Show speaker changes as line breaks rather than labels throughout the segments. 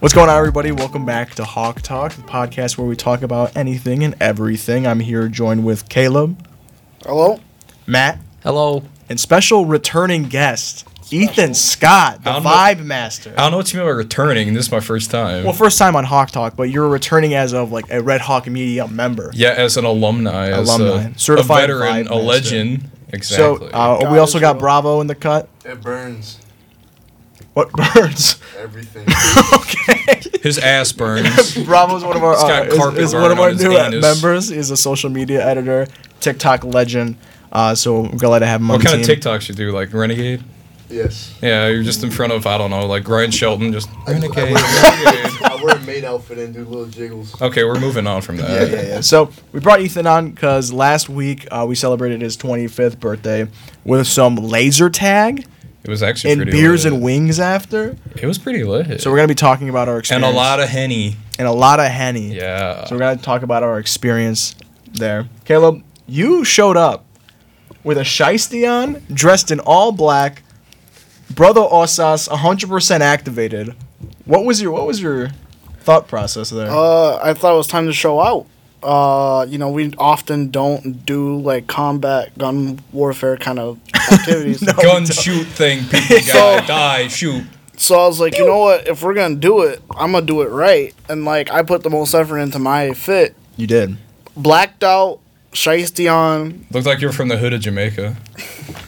What's going on, everybody? Welcome back to Hawk Talk, the podcast where we talk about anything and everything. I'm here joined with Caleb,
Hello?
Matt,
Hello.
and special returning guest, Ethan Scott, the
I don't know-
Vibe Master.
I don't know what you mean by returning. This is my first time.
Well, first time on Hawk Talk, but you're returning as of like a Red Hawk Media member.
yeah, as an alumni, as
Alumni.
a,
Certified
a veteran,
vibe
a legend.
So
Exactly.
uh, we
God
also
is
got
real.
Bravo in the cut.
It burns
What birds?
everything.
okay.
His ass burns.
Bravo's one of our
He's got
uh,
carpet
is, is one of
burn
our
on his
new
anus.
members. He's a social media editor, TikTok legend. Uh, so I'm glad to have him on
what
the
kind of
team.
TikToks you do? Like Renegade?
yes.
Yeah, you're just in front of I don't know, like Ryan Shelton, just Renegade. Renegade.
I wear a maid outfit and do little jiggles.
okay, we're moving on from
yeah,
that.
yeah, yeah. So we brought Ethan on because last week uh, we celebrated his 25th birthday with some laser tag
It was actually
and
pretty
beers
lit.
and wings after.
It was pretty lit.
So we're gonna be talking about our
and
experience
a lot of henny.
and a lot of henny.
Yeah.
So we're gonna talk about our experience there. Caleb, you showed up with a shiesty on, dressed in all black, brother Osas, 100% activated. What was your What was your thought process there?
Uh, I thought it was time to show out. Uh, you know, we often don't do like combat gun warfare kind of activities.
No.
Gun shoot thing. People gotta die. Shoot.
So I was like, you know what? If we're gonna do it, I'm gonna do it right. And like, I put the most effort into my fit.
you did,
Blacked out, shiesty on.
Looked like you're from the hood of Jamaica.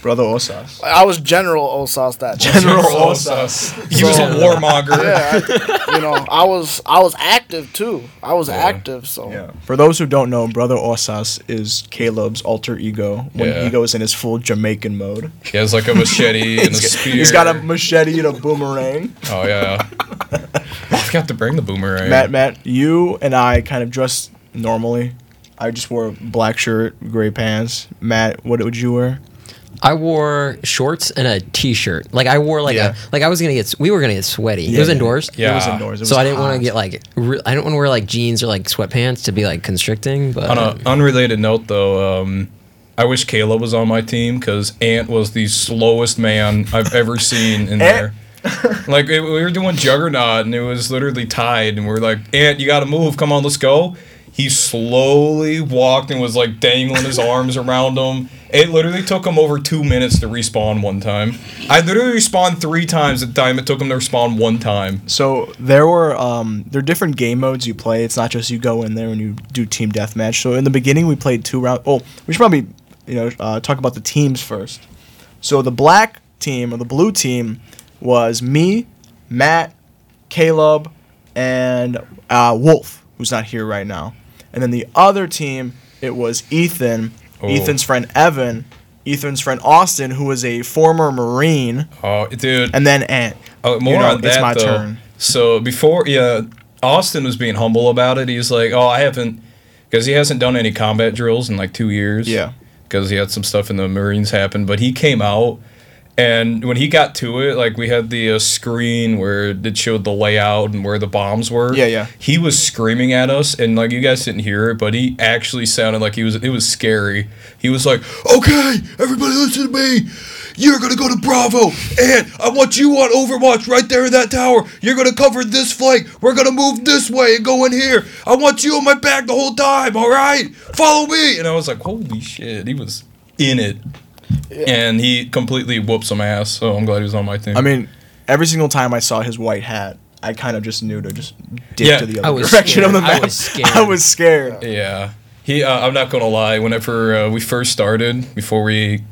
brother Osas.
I was General Osas that day.
General
Osas. He was a warmonger.
yeah, I- you know, I was I was active too. I was active. So
Yeah. For those who don't know, brother Osas is Caleb's alter ego when
Yeah.
he goes in his full Jamaican mode.
He has like a machete and a spear.
He's got a machete and a boomerang.
Oh yeah. I forgot to bring the boomerang.
Matt, Matt, you and I kind of dressed normally. I just wore a black shirt, gray pants. Matt, what would you wear?
I wore shorts and a t-shirt. Like I wore like
Yeah.
a like I was gonna get s- we were gonna get sweaty.
Yeah,
it was
yeah.
indoors.
It was
Yeah.
indoors. It
So
was
I didn't want
hot.
to get like re- I don't want to wear like jeans or like sweatpants to be like constricting. But
On an unrelated note, though, um, I wish Caleb was on my team because Ant was the slowest man I've ever seen in there. like it- we were doing Juggernaut and it was literally tied, and we are like, Ant, you got to move. Come on, let's go. He slowly walked and was like dangling his arms around him. It literally took him over two minutes to respawn one time. I literally respawned three times at the time it took him to respawn one time.
So there were um, there are different game modes you play. It's not just you go in there and you do team deathmatch. So in the beginning we played two rounds. Oh, we should probably you know uh, talk about the teams first. So the black team or the blue team was me, Matt, Caleb, and uh, Wolf, who's not here right now. And then the other team it was Ethan,
Oh.
Ethan's friend Evan, Ethan's friend Austin, who was a former Marine,
Oh, dude.
and then Ant.
Uh, more
You know,
on
it's
that
my
though.
turn.
So before, yeah, Austin was being humble about it. He's like, "Oh, I haven't," because he hasn't done any combat drills in like two years.
Yeah.
because he had some stuff in the Marines happen. But he came out, and when he got to it, like we had the uh, screen where it showed the layout and where the bombs were.
Yeah, yeah.
He was screaming at us, and like you guys didn't hear it, but he actually sounded like he was. It was scary. He was like, "Okay, everybody, listen to me. You're gonna go to Bravo, and I want you on Overwatch right there in that tower. You're gonna cover this flank. We're gonna move this way and go in here. I want you on my back the whole time. All right, follow me." And I was like, "Holy shit!" He was in it, and he completely whooped some ass. So I'm glad he was on my team.
I mean, every single time I saw his white hat, I kind of just knew to just dip
Yeah.
to the
I
other
was
direction of the
scared. I
map.
was scared.
I was scared.
Yeah. He, uh, I'm not gonna lie. Whenever uh, we first started, before we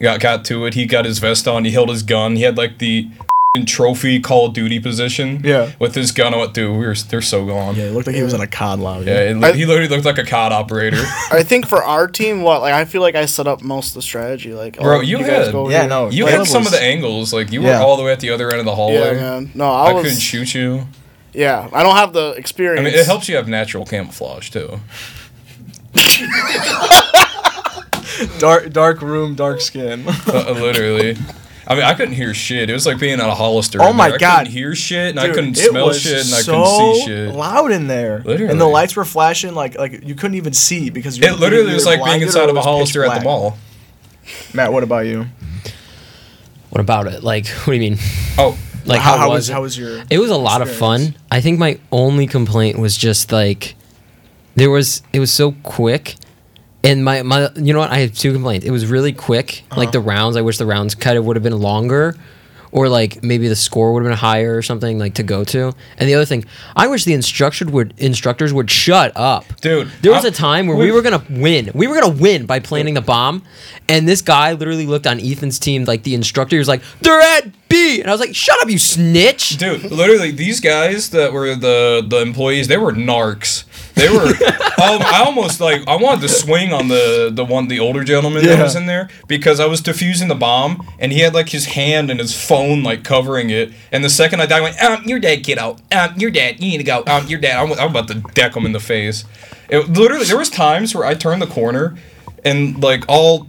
got got to it, he got his vest on. He held his gun. He had like the f***ing trophy Call of Duty position.
Yeah.
With his gun, I went, dude, we were they're so gone.
Yeah,
Yeah.
it looked like he was in a cod lobby.
it,
I-
he literally looked like a COD operator.
I think for our team, what like I feel like I set up most of the strategy. Like, oh,
Bro, you had-
Yeah, no,
You
Like,
had some
was-
of the angles. Like you
Yeah.
were all the way at the other end of the hallway.
Yeah, man. No, I,
I,
was.
couldn't shoot you.
Yeah, I don't have the
I
experience.
mean, it helps you have natural camouflage too.
Dark, dark room, dark skin.
Uh, literally. I mean, I couldn't hear shit. It was like being on a Hollister.
Oh
in
my
there. I
God.
couldn't hear shit, and I
Dude,
couldn't
it
smell
was
shit, and I
so
couldn't see shit.
loud in there. And the
Literally.
lights were flashing like like you couldn't even see because you
It literally was like being inside of a Hollister at the
mall.
mall.
Matt, what about you?
what about it? Like what do you mean?
Oh,
Like
how,
how,
how
was
was
it?
how was your?
It was a lot of
experience?
fun. I think my only complaint was just like there was it was so quick. And my, my you know what I have two complaints. It was really quick.
Uh-huh.
Like the rounds, I wish the rounds kind of would have been longer or like maybe the score would have been higher or something like to go to. And the other thing, I wish the instructor would instructors would shut up.
Dude,
There was
I-
a time where we
we-
were gonna win. We were gonna win by planting the bomb, and this guy literally looked on Ethan's team like the instructor was like, "They're at B," and I was like, "Shut up, you snitch!"
Dude, literally, these guys that were the the employees, they were narcs. They were. um, I almost like I wanted to swing on the the one the older gentleman that
Yeah.
was in there because I was defusing the bomb and he had like his hand and his phone like covering it. And the second I died, I went, "Um, you're dead, kiddo. Um, you're dead. You need to go. Um, you're dead." I'm, I'm about to deck him in the face. It literally there was times where I turned the corner and like all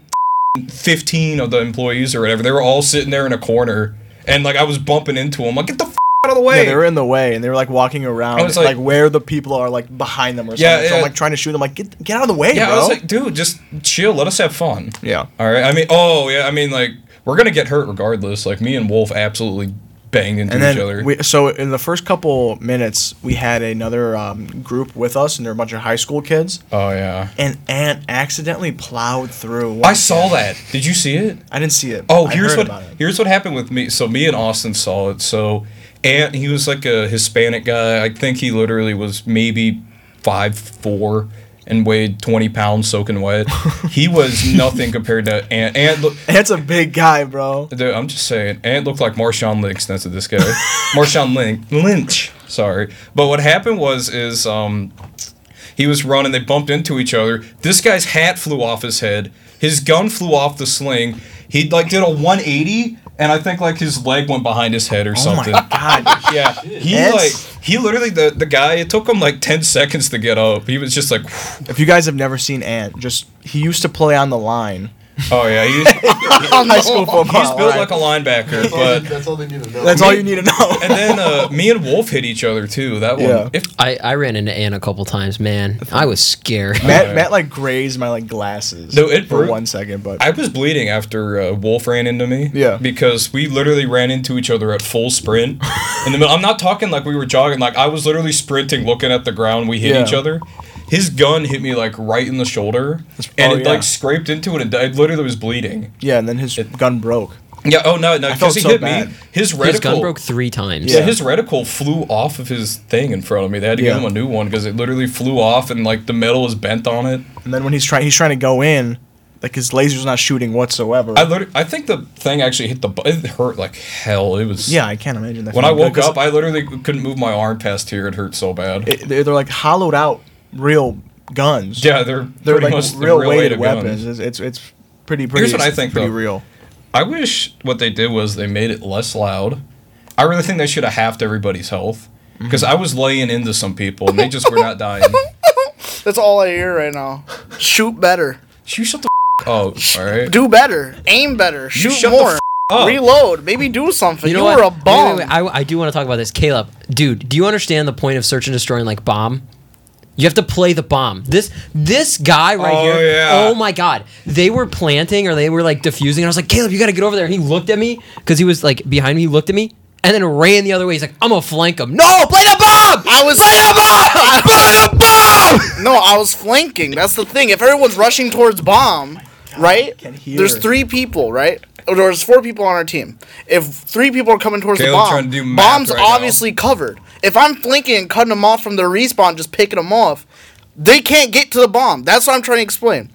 15 of the employees or whatever, they were all sitting there in a corner. And like I was bumping into them, like get the f- out of the way.
Yeah, they were in the way and they were like walking around,
I was
like,
like-
where the people are like behind them or something.
Yeah,
So I'm
yeah.
like trying to shoot them, like get get out of the way,
Yeah,
bro.
I was like, dude, just chill. Let us have fun.
yeah,
All right. I mean, oh yeah. I mean, like we're gonna get hurt regardless. Like me and Wolf absolutely banged into
and
each other.
then we, so in the first couple minutes, we had another um, group with us, and they're a bunch of high school kids.
oh yeah.
And Ant accidentally plowed through. one
I saw
kid.
that. Did you see it?
I didn't see it.
Oh,
I
here's
heard
what
about it.
here's what happened with me. So me and Austin saw it. So Ant, he was like a Hispanic guy. I think he literally was maybe five four and weighed twenty pounds soaking wet. he was nothing compared to Ant. Ant look,
That's a big guy, bro.
Dude, I'm just saying, Ant looked like Marshawn Lynch. That's what this guy, Marshawn Lynch. Lynch. Sorry, but what happened was is um, he was running. They bumped into each other. This guy's hat flew off his head. His gun flew off the sling. He like did a 180, and I think like his leg went behind his head or
Oh
something.
my god.
Yeah, he
That's-
like he literally the the guy. It took him like 10 seconds to get up. He was just like,
if you guys have never seen Ant, just he used to play on the line.
oh yeah, he's, he's
High school football.
built
right?
like a linebacker,
That's all, they,
but.
that's all they need to know.
That's all you need to know.
And then uh, me and Wolf hit each other too. That one,
Yeah.
it
I, I ran into Ann a couple times, man. I was scared.
Matt,
Okay.
Matt like grazed my like glasses.
No, it
for
bru-
one second, but
I was bleeding after uh, Wolf ran into me.
Yeah.
Because we literally ran into each other at full sprint. In the middle, I'm not talking like we were jogging. Like I was literally sprinting, looking at the ground. We hit
Yeah.
each other. His gun hit me like right in the shoulder, and
oh,
it
yeah.
like scraped into it, and I literally was bleeding.
yeah, and then his gun broke.
Yeah. Oh no, no,
felt
because he
so
hit
bad.
me. His reticle.
His gun broke three times.
Yeah, his reticle flew off of his thing in front of me. They had to
Yeah.
give him a new one because it literally flew off, and like the metal was bent on it.
And then when he's trying, he's trying to go in, like his laser's not shooting whatsoever.
I literally, I think the thing actually hit the. bu- It hurt like hell. It was.
yeah, I can't imagine that.
When I
feeling
woke
good, 'cause
up, I literally couldn't move my arm past here. It hurt so bad.
it, they're, they're like hollowed out real guns.
yeah, they're
they're
pretty
like
much the
real, weighted
of guns.
weapons. It's, it's it's pretty pretty.
Here's what I think,
pretty
though.
real.
I wish what they did was they made it less loud. I really think they should have halved everybody's health
Mm-hmm.
because I was laying into some people and they just were not dying.
That's all I hear right now. Shoot better.
You shut the f- up. All right.
Do better. Aim better.
You
Shoot
shut the
more.
f- up.
Reload. Maybe do something.
You
You,
know
were a
what? Wait,
bum.
Wait, wait, I, I do want to talk about this. Caleb, dude, do you understand the point of search and destroying like bomb? You have to play the bomb. This this guy right
Oh,
here.
yeah.
Oh my god. They were planting or they were like diffusing. And I was like, Caleb, you gotta get over there. And he looked at me because he was like behind me, he looked at me, and then ran the other way. He's like, I'm gonna flank him. No, play the bomb!
I was No, I was flanking. That's the thing. If everyone's rushing towards bomb, right?
can hear.
There's three people, right? Or there's four people on our team. If three people are coming towards
Caleb
the
trying
bomb,
to do math
bomb's
right now.
obviously covered. If I'm flanking and cutting them off from their respawn, just picking them off, they can't get to the bomb. That's what I'm trying to explain.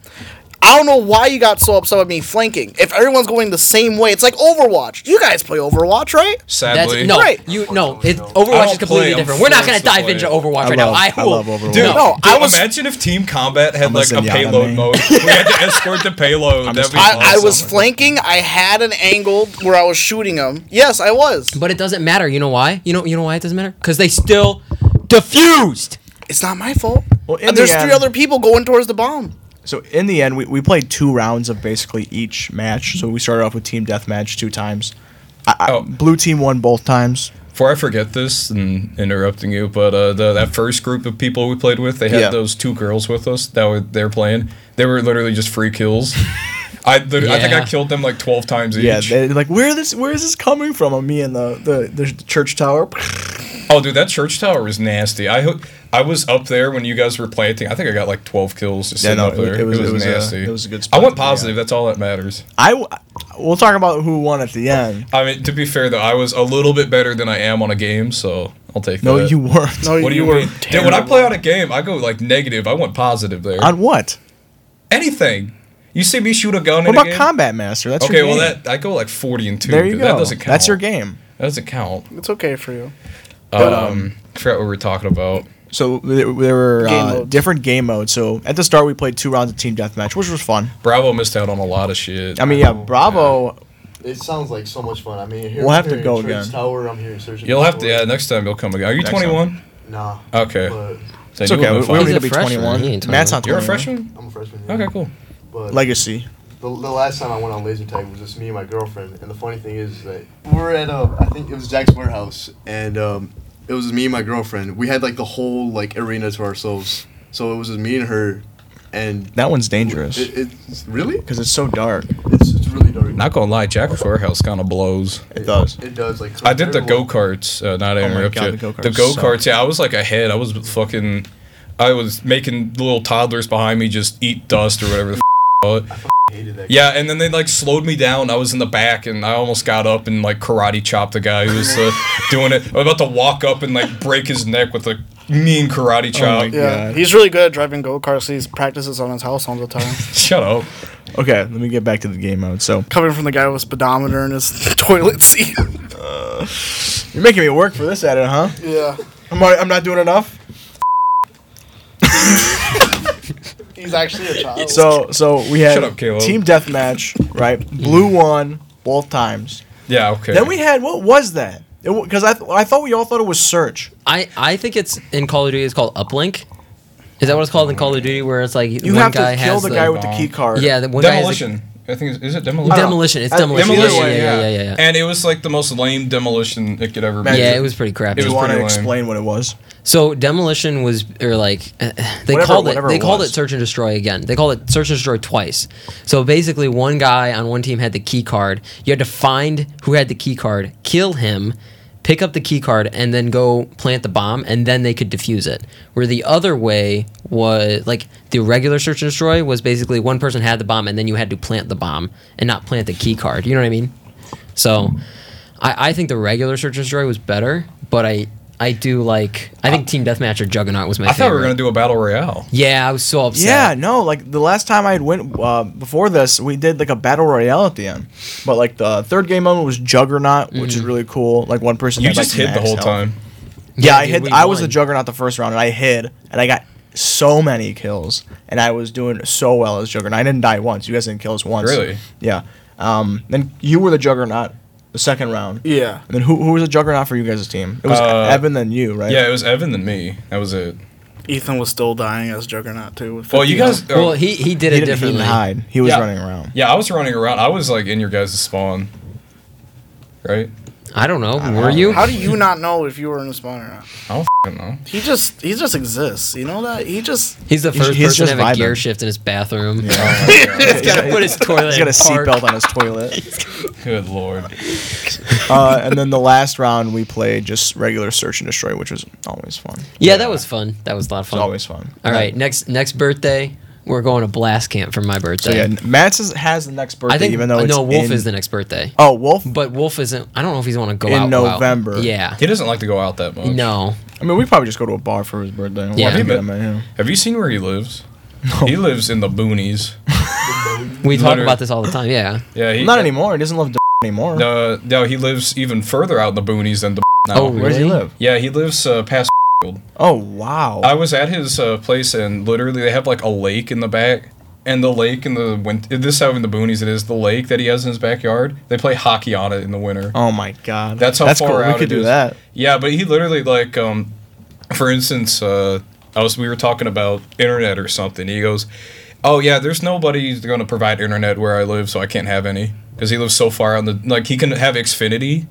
I don't know why you got so upset with me flanking. If everyone's going the same way, it's like Overwatch. You guys play Overwatch, right?
That's
Sadly.
no,
Right.
you no. It,
I
Overwatch is
don't
completely
play, I'm
different. We're not gonna
forced to
dive
play
into
it.
Overwatch
I
right
love-
now. I,
I
will-
love Overwatch.
No.
No,
Dude,
I was
imagine if Team Combat had like
Unless
a
in Yamame.
payload mode. We had to escort the payload. That'd be
I, I
awesome.
was flanking. I had an angle where I was shooting him. Yes, I was.
But it doesn't matter. You know why? You know you know why it doesn't matter? Because they still diffused.
It's not my fault.
Well, in
And there's
the
three
end-
other people going towards the bomb.
So in the end, we, we played two rounds of basically each match. So we started off with team deathmatch two times. I, I,
Oh.
Blue team won both times.
Before I forget this and interrupting you, but uh, the, that first group of people we played with, they had
Yeah.
those two girls with us that were they're playing. They were literally just free kills. I, the, I think I
Yeah.
killed them like twelve times each.
Yeah, they're like, where this? Where is this coming from? On me and the the, the church tower.
oh, dude, that church tower was nasty. I ho- I was up there when you guys were planting. I think I got like twelve kills just
Yeah,
sitting
no,
up
it-
there.
it was- it was a-
nasty.
it was a good
I
spot
went
to be at.
positive. That's all that matters.
I w- we'll talk about who won at the end.
I mean, to be fair though, I was a little bit better than I am on a game, so I'll take
No,
that.
you weren't.
No,
What do you,
were
mean? Dude, when I
terrible.
play on a game, I go like negative. I went positive there.
On what?
Anything. You see me shoot a gun.
What
in a
about
game?
Combat Master? That's
Okay,
your game.
well that I go like forty and two.
there you
but
go.
That doesn't count.
That's your game.
That doesn't count.
It's okay for you.
But,
um, I forgot what we were talking about.
So there, there were
Game
uh,
modes.
different game modes. So at the start, we played two rounds of team deathmatch, which was fun.
Bravo missed out on a lot of shit.
I mean,
Oh,
yeah, Bravo.
It sounds like so much fun. I mean, here,
We'll have to
here
go
in Church
again.
Tower, I'm here in Search and
You'll have to.
Destroy.
Yeah, next time you'll come again. Are you
Next time.
21?
Nah.
Okay.
But
So
It's
you
okay.
would've
We, we
been
don't
fine.
He's
need
a
to be
freshman,
21.
he ain't
Matt's not
21.
You're a
21.
freshman.
I'm a freshman. yeah.
Okay, cool.
But
Legacy.
The, the last time I went on laser tag was just me and my girlfriend, and the funny thing is that we were at um, I think it was Jack's warehouse, and um, it was me and my girlfriend. We had like the whole like arena to ourselves, so it was just me and her, and
That one's dangerous
it, it's really
because it's so dark.
it's, it's really dark.
Not gonna lie, Jack's warehouse kind of blows.
It does.
It does like.
I did the go
everyone-
karts. Uh, not to
Oh my
interrupt
God,
you.
the go-karts
The go karts. Yeah, I was like ahead. I was fucking. I was making the little toddlers behind me just eat dust or whatever the. f- call it.
hated that.
Yeah, and then they like slowed me down. I was in the back, and I almost got up and like karate chopped the guy who was uh, doing it. I was about to walk up and like break his neck with a mean karate chop.
Oh my-
Yeah.
Yeah.
He's really good at driving go karts. He practices on his house all the time.
Shut up.
Okay, let me get back to the game mode. So
Coming from the guy with a speedometer in his toilet seat.
you're making me work for this edit, huh?
yeah.
I'm, already, I'm not doing enough.
He's actually a child.
So so we had
Shut up, Caleb.
team deathmatch, right? Blue won both times.
Yeah. Okay.
Then we had what was that? Because I th- I thought we all thought it was search.
I, I think it's in Call of Duty. It's called uplink. Is that what it's called in Call of Duty? Where it's like
You
one
have
guy
to kill
has
the guy with the
bomb.
key card.
yeah, the one
demolition. I think it's, is it demolition.
guy has like, demolition. It's
Uh,
demolition.
Demolition.
Yeah, yeah, yeah, yeah, yeah, yeah.
And it was like the most lame demolition it could ever be.
Man,
Yeah, it was pretty crappy.
It
Do you
was
want to
pretty lame.
explain what it was?
So demolition was, or like uh, they
Whatever-
called it,
whatever
they
it
called
was.
it search and destroy again. They called it search and destroy twice. So basically, one guy on one team had the key card. You had to find who had the key card, kill him, pick up the key card, and then go plant the bomb, and then they could defuse it. Where the other way was like the regular search and destroy was basically one person had the bomb, and then you had to plant the bomb and not plant the key card. You know what I mean? So I, I think the regular Search and Destroy was better, but I I do like I think Team Deathmatch or Juggernaut was my
I
favorite.
thought we were gonna do a battle royale.
yeah, I was so upset.
Yeah, no, like the last time I had went uh, before this, we did like a battle royale at the end. But like the third game moment was Juggernaut, which is really cool. Like one person
Mm. You
had,
just
like,
hit the
max
whole
health.
time.
Yeah,
Yeah,
I
dude,
hid.
we
I was
won.
the Juggernaut the first round, and I hid, and I got so many kills, and I was doing so well as Juggernaut. I didn't die once. You guys didn't kill us once.
Really?
Yeah. Um. Then you were the Juggernaut the second round.
yeah.
And then who who was the Juggernaut for you guys' team? It was
Uh,
Evan, then you, right?
Yeah, it was Evan than me. That was it.
Ethan was still dying as Juggernaut too. with
Well, you
50.
guys.
Well, he he did
He
it
didn't, he
differently.
didn't hide. He was
Yeah.
running around.
Yeah, I was running around. I was like in your guys' spawn. Right?
I don't know.
don't
were
know.
you?
How do you not know if you were in the spawn or not?
I don't fing know.
He just he just exists. You know that? He just
He's the
He's-
first
he's
person to
just
have a gear
vibing.
shift in his bathroom.
Oh my God.
He's got to put his toilet.
He's
in
got a
park.
seatbelt on his toilet.
Good lord.
Uh, and then the last round we played just regular search and destroy, which was always fun. It's
Yeah, that was fun. That was a lot of fun.
always fun.
All right, next next birthday, we're going to blast camp for my birthday.
So yeah, Matt's is, has the next birthday,
I think
even though
uh,
it's
no Wolf
in-
is the next birthday,
Oh, Wolf.
but Wolf isn't. I don't know if he's want to go
In
out go out.
November.
Yeah.
He doesn't like to go out that much.
No.
I mean, we probably just go to a bar for his birthday. We'll
Yeah.
have to
Have you
get him in here.
Have you seen where he lives? He lives in the boonies.
We talk
Literally.
about this all the time. Yeah.
Yeah, he
Not anymore. He doesn't love d- anymore.
No, no, he lives even further out in the boonies than the now.
Oh,
Where does he
Really?
live?
Yeah, he lives uh, past.
Oh wow.
I was at his uh, place and literally they have like a lake in the back. And the lake in the winter, this is how in the boonies it is, the lake that he has in his backyard, they play hockey on it in the winter.
oh my god.
That's how far
cool. we
out
could
it
do
is.
that.
Yeah, but he literally like um for instance, uh I was we were talking about internet or something. He goes, "Oh yeah, there's nobody going to provide internet where I live, so I can't have any because he lives so far on the like he can have Xfinity,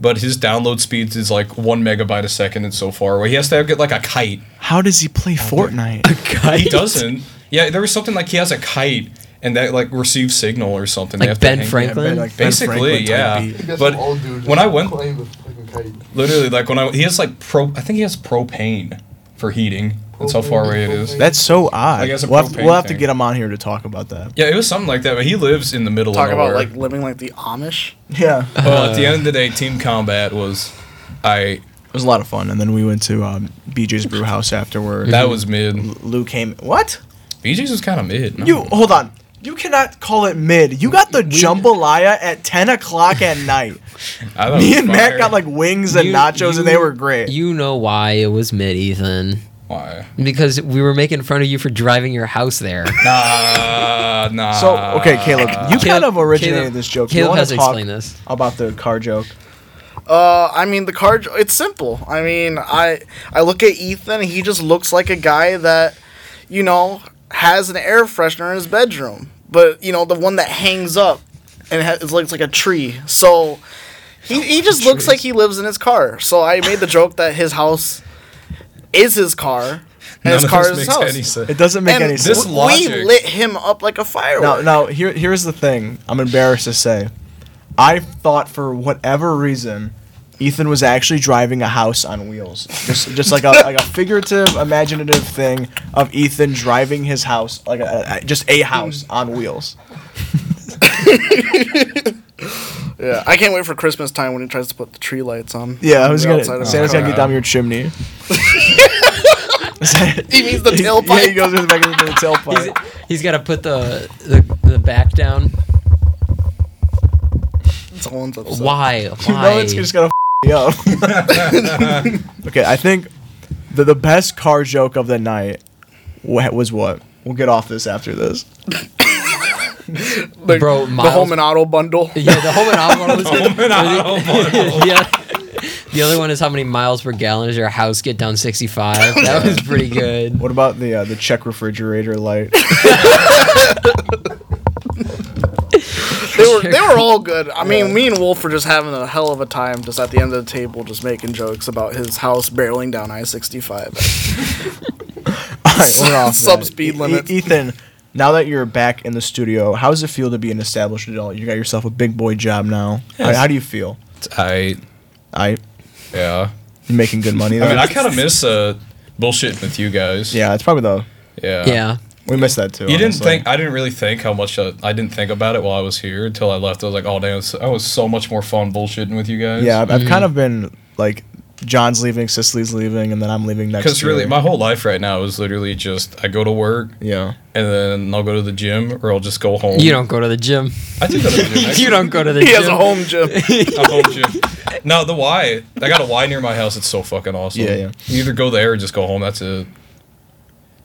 but his download speeds is like 1 megabyte a second and so far away. He has to have, get like a kite.
How does he play Fortnite?
He doesn't. Yeah, there was something like he has a kite and that like receive signal or something.
Like
they have to
Ben
hang-
Franklin?
like
Basically,
type
yeah.
beat.
That's
But
some old dude
when I went-
playing with fucking kite.
Literally, like when I he has like pro. I think he has propane for heating. That's how far away it is.
Propane.
That's so odd.
Like, as a
we'll have, to,
propane
we'll have to
thing.
get him on here to talk about that.
Yeah, it was something like that. But he lives in the middle
Talk
of
about
nowhere.
like living like the Amish.
Yeah, it
well, at the end of the day, team combat was, I
was a lot of fun. And then we went to um, BJ's Brew House afterward.
that was mid.
Lou came. What?
BJ's was kind of mid. no.
You hold on. You cannot call it mid. You got the jambalaya at ten o'clock at night.
I thought it
Me
was
and Matt
fire.
got like wings and
You-
nachos,
you-
and they were great.
You know why it was mid, Ethan.
Why?
Because we were making fun of you for driving your house there.
Nah, nah.
so okay, Caleb, you kind of originated
Caleb-
this joke. you
Caleb
want
has
to
to
talk
explain this.
about the car joke?
Uh, I mean the car. j- It's simple. I mean, I I look at Ethan. He just looks like a guy that, you know, has an air freshener in his bedroom, but you know the one that hangs up and ha- it looks like a tree. So he
Oh,
he just looks like he lives in his car. So I made the joke that his house is his car, and
None
his
of
car
this
is his
makes
house.
any sense.
It doesn't make
and
any
this
sense.
w- we
logic-
lit him up like a firework.
Now, now here, here's the thing. I'm embarrassed to say, I thought for whatever reason, Ethan was actually driving a house on wheels, just just like a like a figurative, imaginative thing of Ethan driving his house, like a, a- just a house on wheels.
Yeah, I can't wait for Christmas time when he tries to put the tree lights on.
Yeah, I was
They're
gonna
outside of his
Santa's
car.
gonna get down your chimney.
He means the tailpipe.
Yeah, he goes in the back of the, the
He's,
tailpipe.
he's got to put the, the the back down.
Someone's upset.
Why?
You
Why?
know it's just gonna f- you up. okay, I think the the best car joke of the night wa- was what. We'll get off this after this.
Like,
Bro,
the
Miles-
home and auto bundle.
yeah, the whole monopoly was good.
Open up.
yeah. The other one is how many miles per gallon does your house get down 65? That was pretty good.
What about the uh, the check refrigerator light?
They were they were all good. I mean, me and Wolf were just having a hell of a time just at the end of the table, just making jokes about his house barreling down I sixty five.
All right, we're off.
Sub
that.
speed
E-
limit.
E- Ethan, now that you're back in the studio, how does it feel to be an established adult? You got yourself a big boy job now. How, how do you feel?
I
I
yeah.
you making good money.
I mean,
though?
I kind of miss uh, bullshit with you guys.
yeah, it's probably the
Yeah.
Yeah.
we missed that too.
You didn't
honestly.
think I didn't really think how much uh, I didn't think about it while I was here until I left. I was like, oh damn, I was so much more fun bullshitting with you guys.
Yeah, I've, I've kind of been like John's leaving, Cicely's leaving, and then I'm leaving next.
Because
year.
really, my whole life right now is literally just I go to work
yeah,
and then I'll go to the gym or I'll just go home.
You don't go to the gym.
I do go to the gym. actually.
You don't go to the
He
gym.
has a home gym.
A home gym. No, the Y. I got a Y near my house. It's so fucking awesome.
Yeah, yeah.
You either go there or just go home. That's it.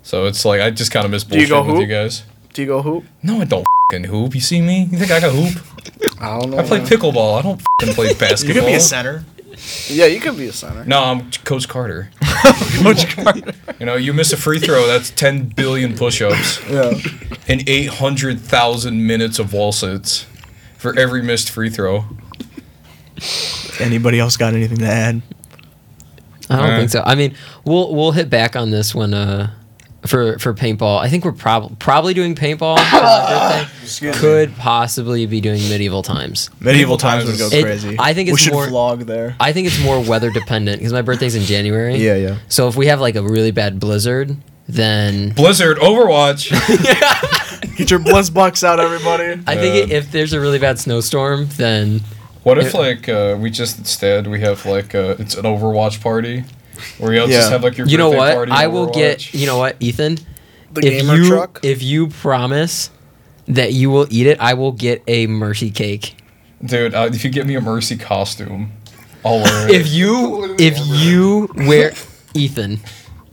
So it's like I just kind of miss
you
bullshit
go
with you
hoop?
guys.
Do you go hoop?
No, I don't fucking hoop. You see me? You think I got hoop?
I don't know.
I play
man.
pickleball. I don't fucking play basketball.
Oh, you could be a center.
yeah, you could be a center.
No, I'm Coach Carter. You know, you miss a free throw, that's 10 billion push-ups
Yeah,
and 800,000 minutes of wall sits for every missed free throw.
anybody else got anything to add?
I don't
Uh.
think so. I mean, we'll we'll hit back on this one uh, for for paintball. I think we're probably probably doing paintball. for my birthday. Could possibly be doing medieval times.
Medieval
Medieval
times would
times
go
is- It-
crazy.
I think
we
it's
should
more-
vlog there.
I think it's more weather dependent because my birthday's in January.
Yeah, yeah.
So if we have like a really bad blizzard, then
Blizzard, Overwatch.
Get your bliss bucks out, everybody.
I think if there's a really bad snowstorm, then
What if like uh, we just instead we have like uh, it's an Overwatch party where you all
Yeah.
just have like your
you know
birthday
what?
party
I
in
will
Overwatch?
get. You know what, Ethan?
The gamer
you
truck.
if you promise that you will eat it, I will get a mercy cake.
dude. Uh, if you get me a Mercy costume, I'll wear it.
If you if you wear Ethan,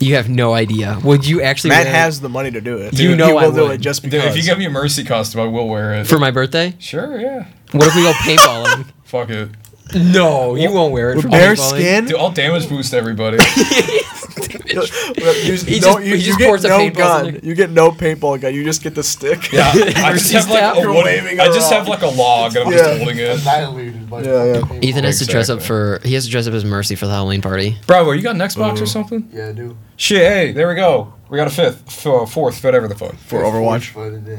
you have no idea. Would you actually
Matt
wear
has the money to do it.
You
He
know
will
I
do
would.
it just
dude,
because.
if you get me a Mercy costume, I will wear it.
for my birthday?
sure, yeah.
What if we go paintballing?
Fuck it,
no, you won't wear it for
bare
paintballing.
skin,
dude. I'll damage boost everybody.
You,
He
no, you,
just- he
you
just
get
pours a
no
paintball
gun.
in
You get no paintball gun. You just get the stick.
Yeah, I just have like
You're
a wood,
waving
I just
around.
have like a log and I'm just
Yeah.
holding it.
Annihilated by
Yeah, yeah.
fucking
Ethan has to dress up
Exactly.
for he has to dress up as Mercy for the Halloween party.
Bravo, you got an Xbox or something?
Yeah, I do.
Shit, hey, there we go. We got a fifth, f- uh, fourth, whatever the fuck.
For Overwatch.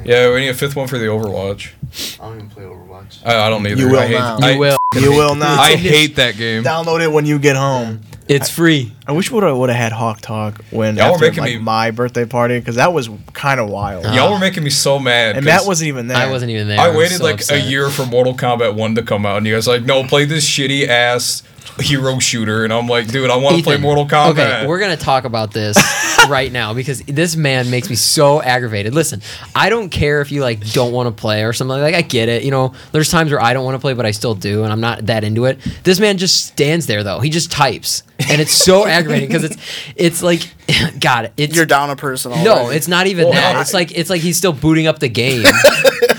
Yeah.
Yeah, we need a fifth one for the Overwatch.
I don't even play Overwatch.
I, I don't either.
You will
I hate,
now.
I,
You will.
You will not.
I hate that game.
Download it when you get home.
It's free.
I wish would have would have had Hawk Talk when
Y'all were
after,
making
like,
me-
my birthday party because that was kind of wild.
Yeah.
Y'all were making me so mad.
and Matt
'cause
wasn't even there.
I wasn't even there.
I
I'm
waited
so
like
upset.
a year for Mortal Kombat 1 to come out, and you guys are like, no, play this shitty ass hero shooter. And I'm like, dude, I want to play
Ethan,
Mortal Kombat.
Okay, we're gonna talk about this right now because this man makes me so aggravated. Listen, I don't care if you like don't want to play or something like. I get it. You know, there's times where I don't want to play, but I still do, and I'm not that into it. This man just stands there though. He just types, and it's so aggravating because it's it's like, God, it's
You're down a person. Already.
no, it's not even
Well,
that.
I-
it's like it's like he's still booting up the game.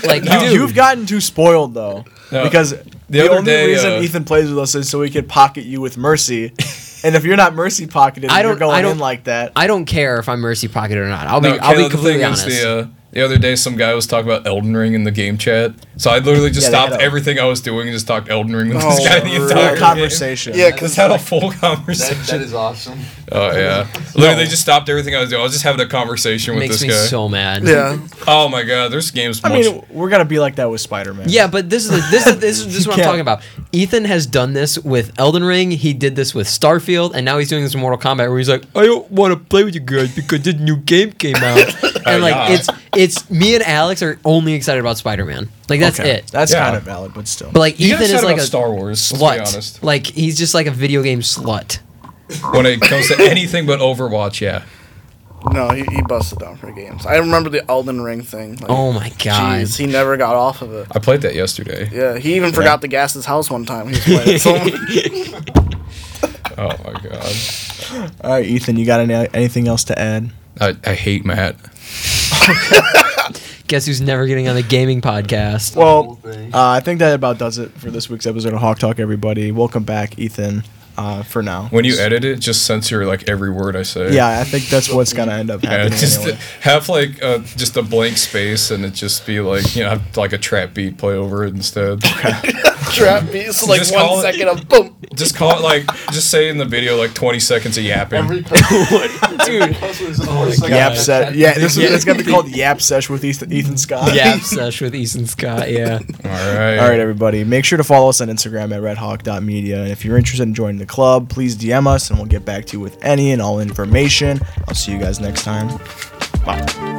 like
No.
dude,
You've gotten too spoiled though,
No.
because the,
other
only
day,
reason
uh,
Ethan plays with us is so he can pocket you with mercy, and if you're not mercy pocketed,
I
and you're
don't- I
going
don't-
in like that.
I don't care if I'm mercy pocketed or not. I'll be
No,
I'll
Caleb,
be completely
the thing
honest.
is the, uh, the other day, some guy was talking about Elden Ring in the game chat. So I literally just
Yeah, they had
stopped
a-
everything I was doing and just talked Elden Ring with
Oh,
this guy the
real
entire
Full
game.
conversation.
Yeah,
Just had a full
That, that
conversation.
is awesome.
Oh yeah, literally just stopped everything I was doing. I was just having a conversation with
makes
this
me
guy.
so mad.
yeah.
oh my god, there's games.
I
much-
mean, we're gonna be like that with Spider Man.
Yeah, but this is the, this is this is, this is what I'm
Yeah.
talking about. Ethan has done this with Elden Ring. He did this with Starfield, and now he's doing this with Mortal Kombat, where he's like, "I don't want to play with you guys because this new game came out."
Oh,
and like,
yeah.
it's it's me and Alex are only excited about Spider Man. Like that's
Okay,
it.
That's
Yeah.
kind of valid, but still.
But like
you
Ethan
Ethan
is like a
about Star Wars. Let's be honest.
slut. Like he's just like a video game slut.
When it comes to anything but Overwatch, yeah.
No, he, he busted down for games. I remember the Elden Ring thing. Like,
Oh my god.
jeez, he never got off of it.
I played that yesterday.
Yeah, he even forgot to gas his house one time. He was playing. So-
Oh my god.
All right, Ethan, you got any, anything else to add?
I, I hate Matt.
Guess who's never getting on the gaming podcast?
Well,
Whole thing.
uh, I think that about does it for this week's episode of Hawk Talk. Everybody, welcome back, Ethan. Uh, for now,
When you edit it, just censor like every word I say.
yeah, I think that's what's gonna end up
Yeah,
happening.
just
anyway.
have like uh, just a blank space and it just be like you know have like a trap beat play over it instead.
trap me. It's like
Just call
one
it-
second of boom.
just call it like just say in the video like twenty seconds of yapping.
Every customer, every customer is just oh
Yap set. Yeah, this is it's gonna be called Yap Sesh with Ethan, Ethan Scott.
yeah, obsessed with Ethan Scott. Yeah.
All right.
All right, everybody. Make sure to follow us on Instagram at redhawk.media. And if you're interested in joining the club, please DM us and we'll get back to you with any and all information. I'll see you guys next time. Bye.